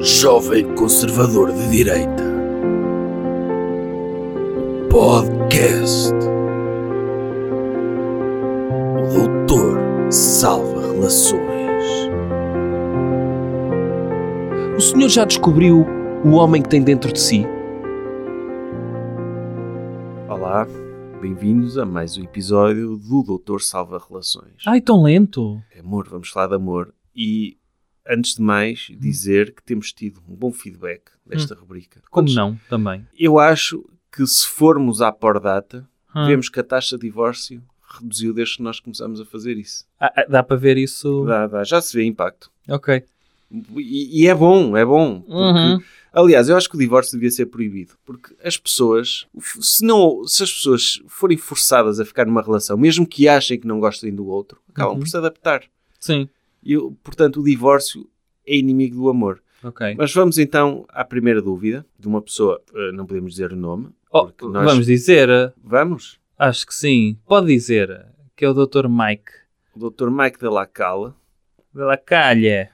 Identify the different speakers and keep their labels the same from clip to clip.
Speaker 1: Jovem Conservador de Direita. Podcast. O Doutor salva relações.
Speaker 2: O senhor já descobriu o homem que tem dentro de si?
Speaker 1: Olá, bem-vindos a mais um episódio do Doutor Salva Relações.
Speaker 2: Ai, tão lento.
Speaker 1: É Amor, vamos falar de amor. E antes de mais,
Speaker 2: Hum.
Speaker 1: dizer que temos tido um bom feedback desta rubrica.
Speaker 2: Como
Speaker 1: Quantos-
Speaker 2: não, também.
Speaker 1: Eu acho que se formos à por data,
Speaker 2: Ah.
Speaker 1: vemos que a taxa de divórcio reduziu desde que nós começámos a fazer isso.
Speaker 2: Ah, ah, dá para ver isso?
Speaker 1: Dá, dá, já se vê impacto.
Speaker 2: Ok.
Speaker 1: E, e é bom, é bom. porque-
Speaker 2: Uhum.
Speaker 1: Aliás, eu acho que o divórcio devia ser proibido, porque as pessoas, se, não, se as pessoas forem forçadas a ficar numa relação, mesmo que achem que não gostem do outro, acabam
Speaker 2: Uhum.
Speaker 1: por se adaptar.
Speaker 2: Sim.
Speaker 1: E, portanto, o divórcio é inimigo do amor.
Speaker 2: Ok.
Speaker 1: Mas vamos então à primeira dúvida de uma pessoa, eh, não podemos dizer o nome,
Speaker 2: Oh,
Speaker 1: porque nós-
Speaker 2: Vamos dizer, ah,
Speaker 1: Vamos?
Speaker 2: acho que sim. Pode dizer ah, que é o Dr. Mike
Speaker 1: O Dr. Mike de la Cala,
Speaker 2: de La Calha.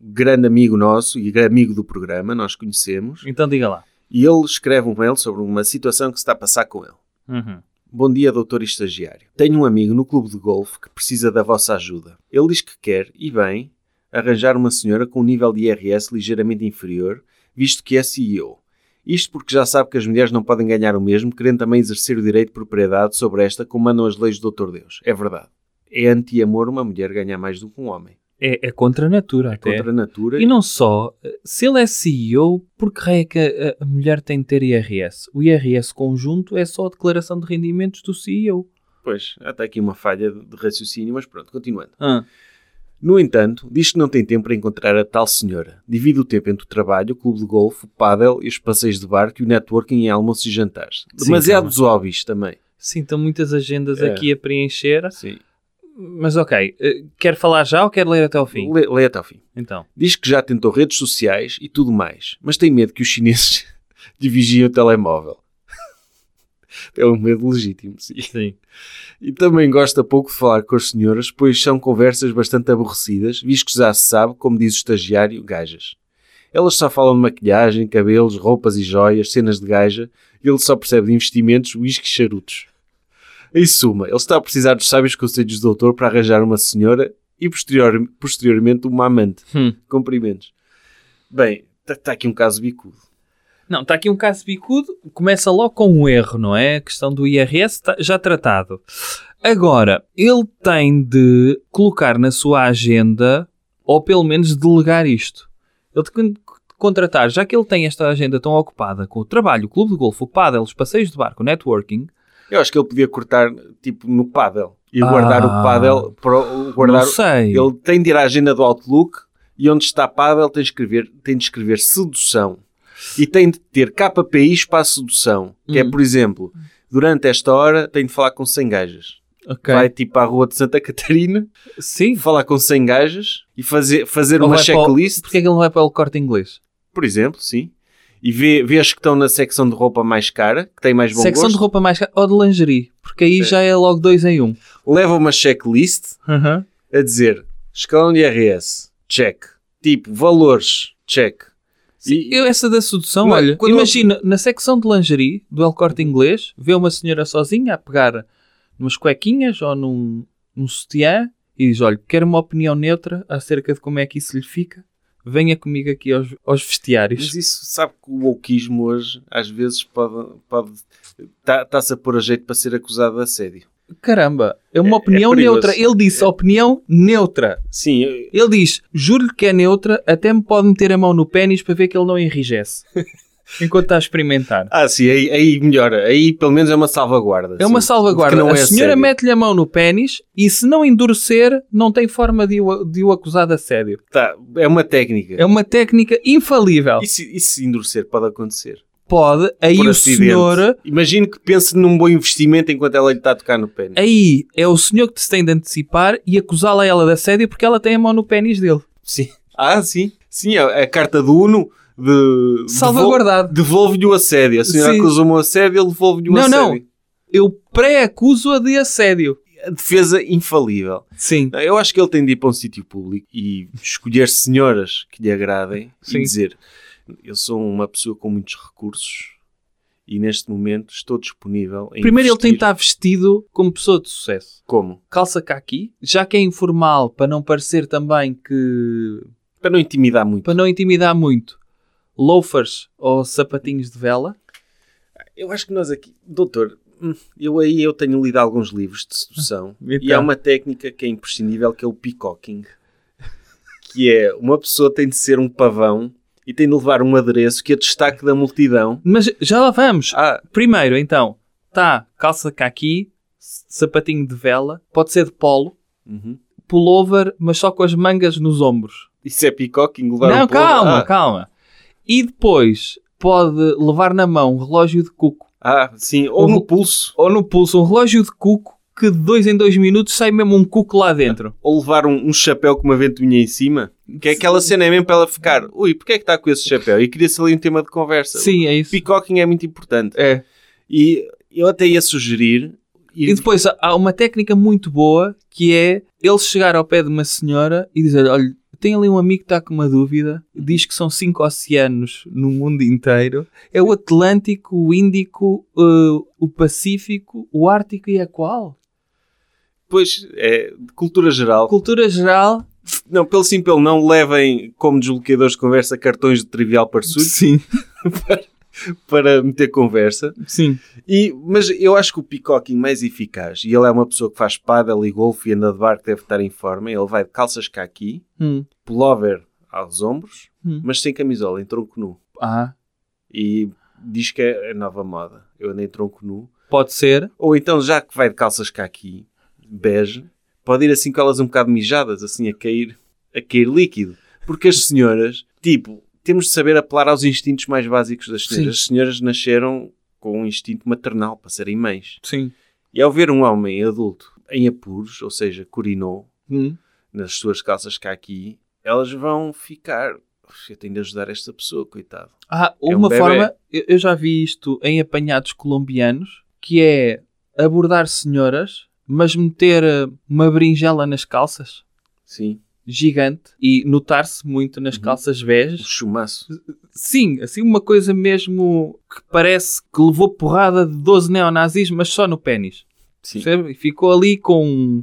Speaker 1: grande amigo nosso e grande amigo do programa, nós conhecemos,
Speaker 2: Então diga lá.
Speaker 1: e ele escreve um mail sobre uma situação que se está a passar com ele.
Speaker 2: Uhum.
Speaker 1: Bom dia, doutor e estagiário. Tenho um amigo no clube de golfe que precisa da vossa ajuda. Ele diz que quer, e bem, arranjar uma senhora com um nível de IRS ligeiramente inferior, visto que é CEO. Isto porque já sabe que as mulheres não podem ganhar o mesmo, querendo também exercer o direito de propriedade sobre esta, como mandam as leis do doutor Deus. É verdade. É anti-amor uma mulher ganhar mais do que um homem.
Speaker 2: É, é contra a natura até.
Speaker 1: Contra a natura.
Speaker 2: E não só, se ele é CEO, por que raio é que a, a mulher tem de ter IRS? O IRS conjunto é só a declaração de rendimentos do CEO.
Speaker 1: Pois, há até aqui uma falha de raciocínio, mas pronto, continuando.
Speaker 2: Ah,
Speaker 1: No entanto, diz que não tem tempo para encontrar a tal senhora. Divide o tempo entre o trabalho, o clube de golfe, o pádel e os passeios de barco e o networking em almoços e jantares.
Speaker 2: Sim,
Speaker 1: Demasiados hobbies também.
Speaker 2: sim, estão muitas agendas
Speaker 1: É.
Speaker 2: aqui a preencher.
Speaker 1: Sim.
Speaker 2: Mas ok, eh, quer falar já ou quer ler até ao fim?
Speaker 1: Lê, lê até ao fim.
Speaker 2: Então,
Speaker 1: Diz que já tentou redes sociais e tudo mais, mas tem medo que os chineses lhe vigiem o telemóvel. É um medo legítimo, sim.
Speaker 2: sim.
Speaker 1: E também gosta pouco de falar com as senhoras, pois são conversas bastante aborrecidas, visto que já se sabe, como diz o estagiário, gajas. Elas só falam de maquilhagem, cabelos, roupas e joias, cenas de gaja, e ele só percebe de investimentos, uísque e charutos. Em suma, ele está a precisar dos sábios conselhos do doutor para arranjar uma senhora e posterior- posteriormente uma amante.
Speaker 2: Hum.
Speaker 1: Cumprimentos. Bem, está aqui um caso bicudo.
Speaker 2: Não, está aqui um caso bicudo, começa logo com um erro, não é? A questão do IRS tá- já tratado. Agora, ele tem de colocar na sua agenda, ou pelo menos delegar isto. Ele tem que contratar, já que ele tem esta agenda tão ocupada com o trabalho, o clube de golfe, o pádel, os passeios de barco, o networking,
Speaker 1: Eu acho que ele podia cortar, tipo, no pádel. E
Speaker 2: Ah.
Speaker 1: guardar o pádel para o- guardar
Speaker 2: não sei.
Speaker 1: Ele tem de ir à agenda do Outlook e onde está Pavel tem de escrever, tem de escrever sedução. E tem de ter KPIs para a sedução. Que é,
Speaker 2: Hum.
Speaker 1: por exemplo, durante esta hora tem de falar com 100 gajas.
Speaker 2: Ok.
Speaker 1: Vai tipo à rua de Santa Catarina,
Speaker 2: Sim.
Speaker 1: falar com 100 gajas e fazer, fazer
Speaker 2: Ou
Speaker 1: uma
Speaker 2: vai para o-
Speaker 1: checklist,
Speaker 2: Porquê é que ele não vai para o corte inglês?
Speaker 1: por exemplo, sim. E vê, vê as que estão na secção de roupa mais cara, que tem mais bom
Speaker 2: Secção de
Speaker 1: gosto.
Speaker 2: roupa mais cara ou de lingerie, porque aí
Speaker 1: É.
Speaker 2: já é logo dois em um.
Speaker 1: Leva uma checklist a dizer escalão de IRS, check. Tipo, valores, check. E-
Speaker 2: Eu, essa da sedução,
Speaker 1: Não,
Speaker 2: olha,
Speaker 1: quando
Speaker 2: imagina, na secção de lingerie do El Corte Inglês, vê uma senhora sozinha a pegar umas cuequinhas ou num, num sutiã e diz, olha, quero uma opinião neutra acerca de como é que isso lhe fica, venha comigo aqui aos, aos
Speaker 1: Mas
Speaker 2: vestiários.
Speaker 1: isso, sabe que o wokeismo hoje, às vezes, pode. pode tá- Está-se a pôr a jeito para ser acusado de assédio.
Speaker 2: Caramba, é uma
Speaker 1: É- é
Speaker 2: opinião
Speaker 1: perigoso. É.
Speaker 2: neutra. Ele disse, opinião neutra.
Speaker 1: Sim, eu-
Speaker 2: Ele diz, juro-lhe que é neutra, até me pode meter a mão no pênis para ver que ele não enrijece. Enquanto está a experimentar.
Speaker 1: ah, sim, aí, aí melhora. Aí pelo menos é uma salvaguarda.
Speaker 2: É uma
Speaker 1: sim.
Speaker 2: salvaguarda.
Speaker 1: De que não
Speaker 2: a
Speaker 1: é
Speaker 2: senhora
Speaker 1: assédio.
Speaker 2: mete-lhe a mão no pênis e se não endurecer, não tem forma de o, de o acusar de assédio.
Speaker 1: Tá, é um- uma técnica.
Speaker 2: É uma técnica infalível.
Speaker 1: E se, e se endurecer pode acontecer?
Speaker 2: Pode, aí
Speaker 1: Por
Speaker 2: o
Speaker 1: acidente.
Speaker 2: senhor,
Speaker 1: Imagino que pense num bom investimento enquanto ela lhe está a tocar no pé.
Speaker 2: aí é o senhor que se tem de antecipar e acusá-la ela de assédio porque ela tem a mão no pênis dele.
Speaker 1: Sim. Ah, sim. Sim, a, a carta do Uno de.
Speaker 2: Salvaguardado.
Speaker 1: devol- Devolve-lhe o assédio. A senhora
Speaker 2: Sim.
Speaker 1: acusou-me o assédio, ele devolve-lhe o
Speaker 2: Não,
Speaker 1: assédio.
Speaker 2: não. Eu pré-acuso-a de assédio.
Speaker 1: a defesa infalível.
Speaker 2: Sim.
Speaker 1: Não, eu acho que ele tem de ir para um sítio público e escolher senhoras que lhe agradem
Speaker 2: Sim.
Speaker 1: e dizer: Eu sou uma pessoa com muitos recursos e neste momento estou disponível. Em
Speaker 2: Primeiro ele tem
Speaker 1: investir."
Speaker 2: de estar vestido como pessoa de sucesso.
Speaker 1: Como?
Speaker 2: Calça cá aqui, já que é informal, para não parecer também que...
Speaker 1: Para não intimidar muito.
Speaker 2: Para não intimidar muito. Loafers ou sapatinhos de vela.
Speaker 1: Eu acho que nós aqui, doutor, hum, eu aí eu tenho lido alguns livros de sedução e
Speaker 2: Então.
Speaker 1: há uma técnica que é imprescindível que é o peacocking, que é uma pessoa tem de ser um pavão e tem de levar um adereço que é destaque da multidão.
Speaker 2: Mas já lá vamos.
Speaker 1: Ah,
Speaker 2: Primeiro, então, tá calça caqui, sapatinho de vela, pode ser de polo,
Speaker 1: uhum.
Speaker 2: pullover, mas só com as mangas nos ombros.
Speaker 1: isso é peacocking, levar
Speaker 2: Não,
Speaker 1: um polo-
Speaker 2: calma,
Speaker 1: Ah,
Speaker 2: calma. E depois pode levar na mão um relógio de cuco.
Speaker 1: Ah, sim, ou
Speaker 2: Um-
Speaker 1: no pulso,
Speaker 2: Ou no pulso, um relógio de cuco que de dois em dois minutos sai mesmo um cuco lá dentro.
Speaker 1: ou levar um, um chapéu com uma ventoinha em cima, que é aquela cena é mesmo para ela ficar, ui, porque é que está com esse chapéu? E cria-se ali um tema de conversa.
Speaker 2: Sim, é isso.
Speaker 1: Peacocking é muito importante.
Speaker 2: É.
Speaker 1: E eu até ia sugerir.
Speaker 2: E depois há- há uma técnica muito boa que é ele chegar ao pé de uma senhora e dizer: Olha, tem ali um amigo que está com uma dúvida, diz que são cinco oceanos no mundo inteiro: é o Atlântico, o Índico, eh, o Pacífico, o Ártico e a qual?
Speaker 1: Pois, é, de cultura geral.
Speaker 2: Cultura geral.
Speaker 1: Não, pelo sim, pelo não, levem como desbloqueadores de conversa cartões de trivial parsudo
Speaker 2: Sim,
Speaker 1: para meter conversa.
Speaker 2: sim.
Speaker 1: E, mas eu acho que o peacocking mais eficaz, e ele é uma pessoa que faz paddle e golfe e anda de barco, deve estar em forma, ele vai de calças caqui,
Speaker 2: Hum.
Speaker 1: pullover aos ombros,
Speaker 2: Hum.
Speaker 1: mas sem camisola, em tronco nu.
Speaker 2: Ah,
Speaker 1: E diz que é a nova moda. Eu ando em tronco nu.
Speaker 2: pode ser.
Speaker 1: Ou então, já que vai de calças cá aqui, bege, pode ir assim com elas um bocado mijadas, assim a cair, a cair líquido. Porque as senhoras, tipo, temos de saber apelar aos instintos mais básicos das senhoras.
Speaker 2: Sim.
Speaker 1: As senhoras nasceram com um instinto maternal para serem mães.
Speaker 2: Sim.
Speaker 1: E ao ver um homem adulto em apuros, ou seja, corinou,
Speaker 2: Hum.
Speaker 1: nas suas calças cá aqui, elas vão ficar. "Uf, Eu tenho de ajudar esta pessoa, coitado.
Speaker 2: Ah,
Speaker 1: um
Speaker 2: uma
Speaker 1: bebé.
Speaker 2: forma, eu, eu já vi isto em apanhados colombianos, que é abordar senhoras, mas meter eh, uma berinjela nas calças,
Speaker 1: Sim,
Speaker 2: gigante, e notar-se muito nas
Speaker 1: Uhum.
Speaker 2: calças
Speaker 1: o
Speaker 2: bege.
Speaker 1: chumaço.
Speaker 2: Sim, assim uma coisa mesmo que parece que levou porrada de 12 neonazis, mas só no pênis.
Speaker 1: Sim.
Speaker 2: percebe? E Ficou ali com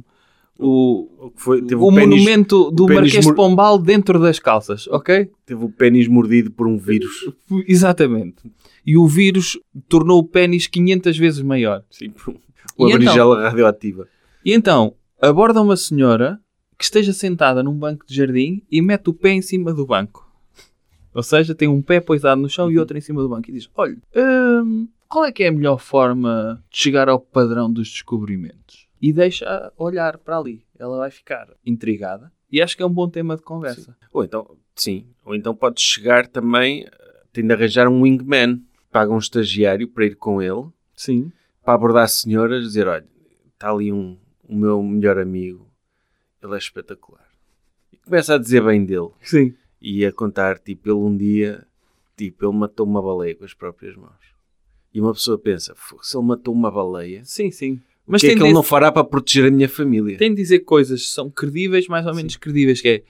Speaker 2: o,
Speaker 1: O que Foi, teve
Speaker 2: o,
Speaker 1: o pênis
Speaker 2: monumento do
Speaker 1: pênis
Speaker 2: Marquês de
Speaker 1: mor-
Speaker 2: Pombal dentro das calças, ok?
Speaker 1: Teve o pênis mordido por um vírus.
Speaker 2: Exatamente. E o vírus tornou o pênis 500 vezes maior.
Speaker 1: Sim, por um- uma
Speaker 2: E então?
Speaker 1: berinjela radioativa.
Speaker 2: E então, aborda uma senhora que esteja sentada num banco de jardim e mete o pé em cima do banco. Ou seja, tem um pé poisado no chão e outro em cima do banco. E diz, olha, hum, qual é que é a melhor forma de chegar ao padrão dos descobrimentos? E deixa olhar para ali. Ela vai ficar intrigada. E acho que é um bom tema de conversa.
Speaker 1: Ou então, sim, ou então pode chegar também, eh, tem de arranjar um wingman. Paga um estagiário para ir com ele,
Speaker 2: Sim.
Speaker 1: para abordar senhoras, dizer, olha, está ali um, o meu melhor amigo, ele é espetacular. E começa a dizer bem dele.
Speaker 2: Sim.
Speaker 1: E a contar, tipo, ele um dia, tipo, ele matou uma baleia com as próprias mãos. E uma pessoa pensa, "Fogo, se ele matou uma baleia,
Speaker 2: Sim, sim.
Speaker 1: o
Speaker 2: Mas
Speaker 1: que é
Speaker 2: tem
Speaker 1: que
Speaker 2: desse-
Speaker 1: ele não fará para proteger a minha família?
Speaker 2: tem de dizer coisas que são credíveis, mais ou menos credíveis, que é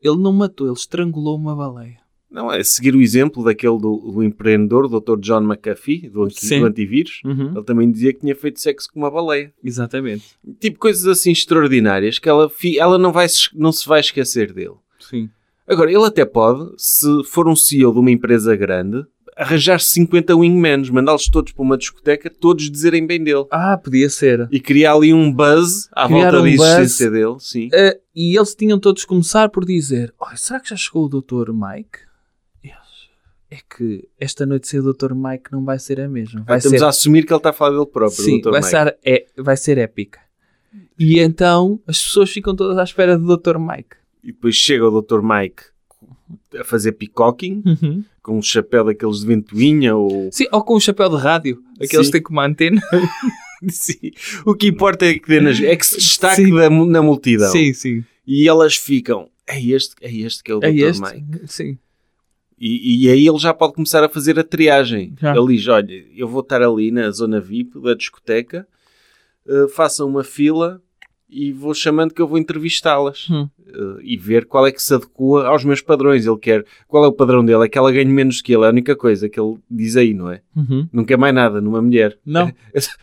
Speaker 2: ele não matou, ele estrangulou uma baleia.
Speaker 1: Não, é seguir o exemplo daquele do, do empreendedor, o Dr. John McAfee, do, anti-
Speaker 2: Sim. Uhum.
Speaker 1: do antivírus. Ele também dizia que tinha feito sexo com uma baleia.
Speaker 2: Exatamente.
Speaker 1: Tipo, coisas assim extraordinárias que ela, fi- ela não, vai, se- não se vai esquecer dele.
Speaker 2: Sim.
Speaker 1: Agora, ele até pode, se for um CEO de uma empresa grande, arranjar 50 wingmans, mandá-los todos para uma discoteca, todos dizerem bem dele.
Speaker 2: Ah, podia ser.
Speaker 1: E criar ali um buzz à
Speaker 2: Criar
Speaker 1: volta
Speaker 2: um
Speaker 1: da
Speaker 2: buzz.
Speaker 1: existência dele. Sim.
Speaker 2: Ah, e eles tinham todos de começar por dizer: "Olha, será que já chegou o Dr. Mike? E eles, É que esta noite sem o Dr. Mike não vai ser a mesma. Vai
Speaker 1: Estamos
Speaker 2: ser,
Speaker 1: Ah, a assumir que ele está a falar dele próprio,
Speaker 2: sim,
Speaker 1: Dr.
Speaker 2: vai,
Speaker 1: Mike.
Speaker 2: ser é, vai ser épica. E então as pessoas ficam todas à espera do Dr. Mike.
Speaker 1: E depois chega o Dr. Mike a fazer peacocking. com um chapéu daqueles de ventoinha ou
Speaker 2: Sim, ou com o chapéu de rádio, aqueles
Speaker 1: Sim.
Speaker 2: que têm com uma antena.
Speaker 1: Sim. o que importa é que, dê nas- é que se destaque
Speaker 2: Sim.
Speaker 1: da mu- na multidão
Speaker 2: Sim, sim.
Speaker 1: e elas ficam é este, é este que é o
Speaker 2: É
Speaker 1: Dr.
Speaker 2: este?
Speaker 1: Mike
Speaker 2: Sim.
Speaker 1: e, e aí ele já pode começar a fazer a triagem
Speaker 2: Já.
Speaker 1: ele diz, olha, eu vou estar ali na zona VIP da discoteca eh, façam uma fila e vou chamando que eu vou entrevistá-las
Speaker 2: Hum.
Speaker 1: eh, e ver qual é que se adequa aos meus padrões. Ele quer. Qual é o padrão dele? É que ela ganhe menos que ele. É a única coisa que ele diz aí, não é?
Speaker 2: Uhum.
Speaker 1: Não quer mais nada numa mulher.
Speaker 2: Não,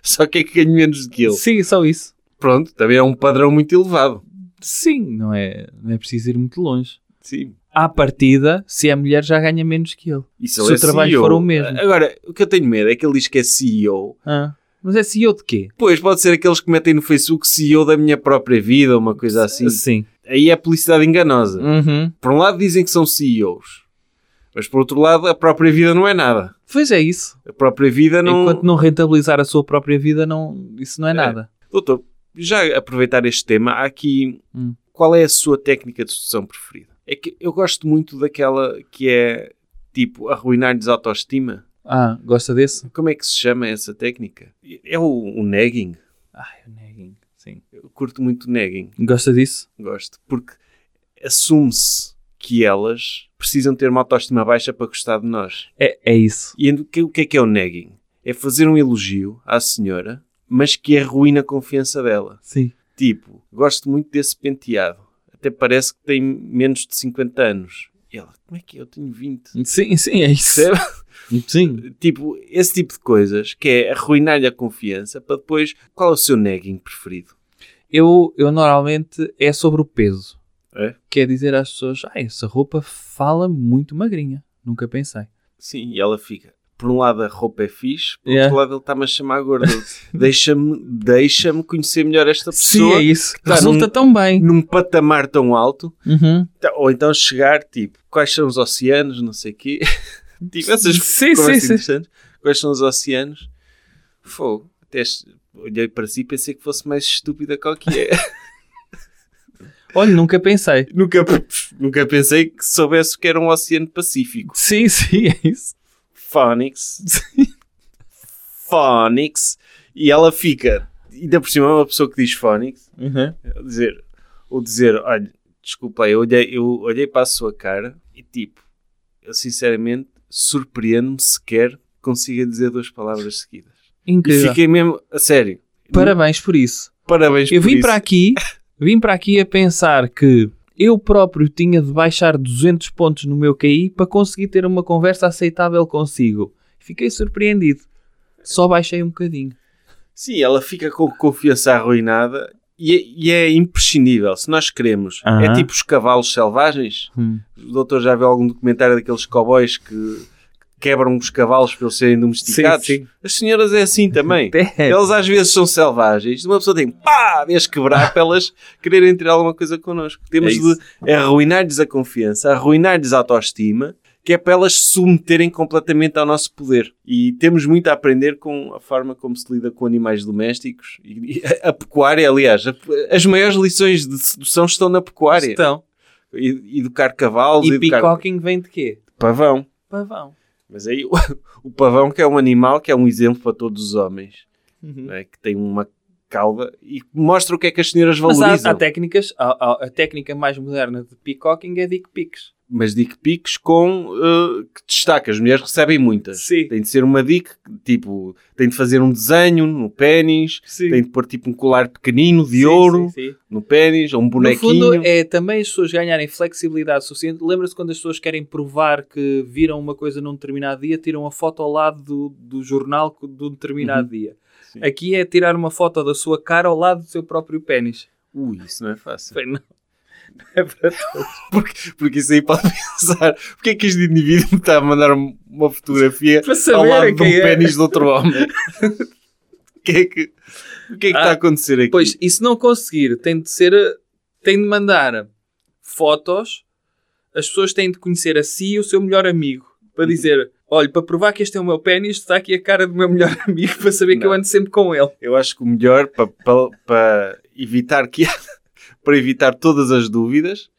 Speaker 1: Só quer que ganhe menos do que ele.
Speaker 2: sim, só isso.
Speaker 1: Pronto, também é um padrão muito elevado.
Speaker 2: Sim, não é, não é preciso ir muito longe.
Speaker 1: Sim.
Speaker 2: À partida, se é mulher, já ganha menos que ele.
Speaker 1: E
Speaker 2: Se
Speaker 1: ele
Speaker 2: o trabalho
Speaker 1: CEO,
Speaker 2: for o mesmo.
Speaker 1: Agora, o que eu tenho medo é que ele diz que é CEO.
Speaker 2: Ah, mas é CEO de quê?
Speaker 1: Pois, pode ser aqueles que metem no Facebook CEO da minha própria vida, uma coisa assim.
Speaker 2: Sim.
Speaker 1: Aí é publicidade enganosa.
Speaker 2: Uhum.
Speaker 1: Por um lado dizem que são CEOs, mas por outro lado a própria vida não é nada.
Speaker 2: Pois é isso.
Speaker 1: A própria vida não...
Speaker 2: Enquanto não rentabilizar a sua própria vida, não, isso não é,
Speaker 1: É.
Speaker 2: nada.
Speaker 1: Doutor, já aproveitar este tema, há aqui
Speaker 2: Hum.
Speaker 1: qual é a sua técnica de sedução preferida? É que eu gosto muito daquela que é tipo arruinar-lhes a autoestima.
Speaker 2: Ah, gosta desse?
Speaker 1: Como é que se chama essa técnica? É o, o nagging.
Speaker 2: Ai, o neguinho. Sim.
Speaker 1: Eu curto muito o nagging.
Speaker 2: Gosta disso?
Speaker 1: Gosto. Porque assume-se que elas precisam ter uma autoestima baixa para gostar de nós.
Speaker 2: É, é isso.
Speaker 1: E o que- o que é que é o nagging? É fazer um elogio à senhora, mas que arruína a confiança dela.
Speaker 2: Sim.
Speaker 1: Tipo, gosto muito desse penteado. Até parece que tem menos de 50 anos. E ela, como é que é? Eu tenho 20.
Speaker 2: Sim, sim, é isso.
Speaker 1: Percebe?
Speaker 2: Sim.
Speaker 1: tipo, esse tipo de coisas, que é arruinar-lhe a confiança, para depois... Qual é o seu nagging preferido?
Speaker 2: Eu, eu normalmente é sobre o peso.
Speaker 1: É?
Speaker 2: Quer dizer às pessoas, ah, essa roupa fala muito magrinha. Nunca pensei.
Speaker 1: Sim, e ela fica... Por um lado a roupa é fixe, por
Speaker 2: Yeah.
Speaker 1: outro lado ele está-me a chamar gordo. deixa-me deixa conhecer melhor esta pessoa
Speaker 2: é isso.
Speaker 1: tá
Speaker 2: Resulta
Speaker 1: num-
Speaker 2: tão bem.
Speaker 1: num patamar tão alto
Speaker 2: Uhum.
Speaker 1: Então, Ou então chegar, tipo, quais são os oceanos, não sei o quê. tipo, essas
Speaker 2: Sim,
Speaker 1: conversas
Speaker 2: sim, sim.
Speaker 1: interessantes. Quais são os oceanos? Fogo. Até este- olhei para si e pensei que fosse mais estúpida qual que é.
Speaker 2: Olha, nunca pensei.
Speaker 1: nunca, nunca pensei que soubesse o que era um oceano pacífico.
Speaker 2: Sim, sim, é isso.
Speaker 1: Phonics. Phonics. E ela fica, ainda por cima é uma pessoa que diz Phonics,
Speaker 2: Uhum.
Speaker 1: ou dizer, ou dizer, olha, desculpa, eu olhei, eu olhei para a sua cara e tipo, eu sinceramente surpreendo-me sequer consiga dizer duas palavras seguidas. E
Speaker 2: Incrível.
Speaker 1: fiquei mesmo, a sério,
Speaker 2: Parabéns por isso.
Speaker 1: parabéns
Speaker 2: Eu
Speaker 1: por
Speaker 2: vim
Speaker 1: isso.
Speaker 2: para aqui, vim para aqui a pensar que eu próprio tinha de baixar 200 pontos no meu KI para conseguir ter uma conversa aceitável consigo. Fiquei surpreendido. Só baixei um bocadinho.
Speaker 1: Sim, ela fica com confiança arruinada e, é- e é imprescindível. Se nós queremos, é
Speaker 2: Aham. Hum.
Speaker 1: tipo os cavalos selvagens. O doutor já viu algum documentário daqueles cowboys que quebram os cavalos para eles serem domesticados?
Speaker 2: sim.
Speaker 1: As senhoras é assim também.
Speaker 2: Até-
Speaker 1: Eles às vezes são selvagens. Uma pessoa tem pá, vês quebrar para elas quererem tirar alguma coisa connosco. Temos
Speaker 2: É isso.
Speaker 1: de arruinar-lhes a confiança, arruinar-lhes a autoestima, que é para elas se submeterem completamente ao nosso poder. E temos muito a aprender com a forma como se lida com animais domésticos. E e a, a pecuária, aliás, a- as maiores lições de sedução estão na pecuária.
Speaker 2: Então,
Speaker 1: E- Educar cavalos,
Speaker 2: e
Speaker 1: educar
Speaker 2: peacocking vem de quê?
Speaker 1: pavão.
Speaker 2: Pavão.
Speaker 1: Mas aí o, o pavão, que é um animal que é um exemplo para todos os homens
Speaker 2: Uhum.
Speaker 1: não é? que tem uma cauda e mostra o que é que as senhoras
Speaker 2: Mas
Speaker 1: valorizam. Mas,
Speaker 2: há, há técnicas, há- há- a técnica mais moderna de peacocking é dick pics.
Speaker 1: dick pics com eh, que destaca, as mulheres recebem muitas.
Speaker 2: Sim,
Speaker 1: Tem de ser uma dick, tipo, tem de fazer um desenho no pênis,
Speaker 2: sim.
Speaker 1: tem de pôr tipo um colar pequenino de ouro
Speaker 2: Sim, sim.
Speaker 1: no pênis, ou um
Speaker 2: No
Speaker 1: bonequinho.
Speaker 2: fundo, é também as pessoas ganharem flexibilidade suficiente. Lembra-se quando as pessoas querem provar que viram uma coisa num determinado dia, tiram a foto ao lado do, do jornal co- de um determinado dia.
Speaker 1: Uhum. Sim.
Speaker 2: Aqui é tirar uma foto da sua cara ao lado do seu próprio pênis.
Speaker 1: Ui, isso não é fácil.
Speaker 2: Bem, não. É
Speaker 1: Porque isso aí pode pensar, porque é que este indivíduo está a mandar um, uma fotografia
Speaker 2: Para
Speaker 1: ao lado
Speaker 2: saber
Speaker 1: de um
Speaker 2: quem é.
Speaker 1: pênis de outro homem? O que é que, o que, é que
Speaker 2: Ah,
Speaker 1: está a acontecer aqui?
Speaker 2: Pois, e se não conseguir, tem de ser. tem de mandar fotos. As pessoas têm de conhecer a si e o seu melhor amigo.
Speaker 1: Uhum.
Speaker 2: Para dizer, olha, para provar que este é o meu pênis, está aqui a cara do meu melhor amigo para saber que
Speaker 1: Não.
Speaker 2: eu ando sempre com ele.
Speaker 1: Eu acho que o melhor para evitar que para evitar todas as dúvidas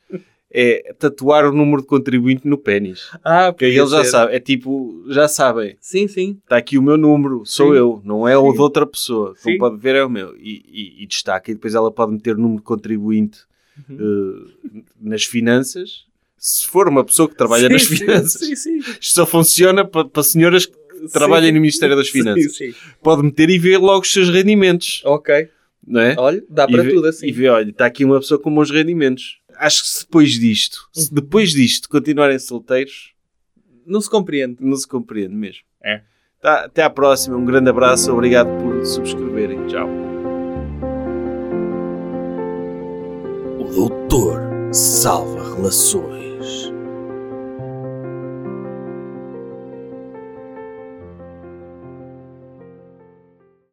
Speaker 1: é tatuar o número de contribuinte no pênis.
Speaker 2: Ah,
Speaker 1: Porque aí eles já sabem, é tipo, já sabem,
Speaker 2: Sim, sim.
Speaker 1: está aqui o meu número, sou
Speaker 2: Sim.
Speaker 1: eu, não é o
Speaker 2: Sim.
Speaker 1: de outra pessoa. Como
Speaker 2: Sim.
Speaker 1: pode ver, é o meu. E, e- e destaca, e depois ela pode meter o número de contribuinte
Speaker 2: Uhum.
Speaker 1: eh, nas finanças. Se for uma pessoa que trabalha
Speaker 2: Sim,
Speaker 1: nas
Speaker 2: sim,
Speaker 1: finanças,
Speaker 2: Sim, sim.
Speaker 1: isto só funciona para, para senhoras que trabalham
Speaker 2: Sim.
Speaker 1: no Ministério das Finanças.
Speaker 2: Sim, sim.
Speaker 1: Pode meter e ver logo os seus rendimentos.
Speaker 2: Ok.
Speaker 1: não é?
Speaker 3: Olha, dá
Speaker 1: E
Speaker 3: para
Speaker 1: vê-
Speaker 3: tudo assim.
Speaker 1: E vê, olha, está aqui uma pessoa com bons rendimentos. Acho que se depois disto, se depois disto continuarem solteiros,
Speaker 3: Não se compreende.
Speaker 1: não se compreende mesmo.
Speaker 3: É.
Speaker 1: Tá, até à próxima, um grande abraço, obrigado por subscreverem. Tchau.
Speaker 4: O doutor salva relações.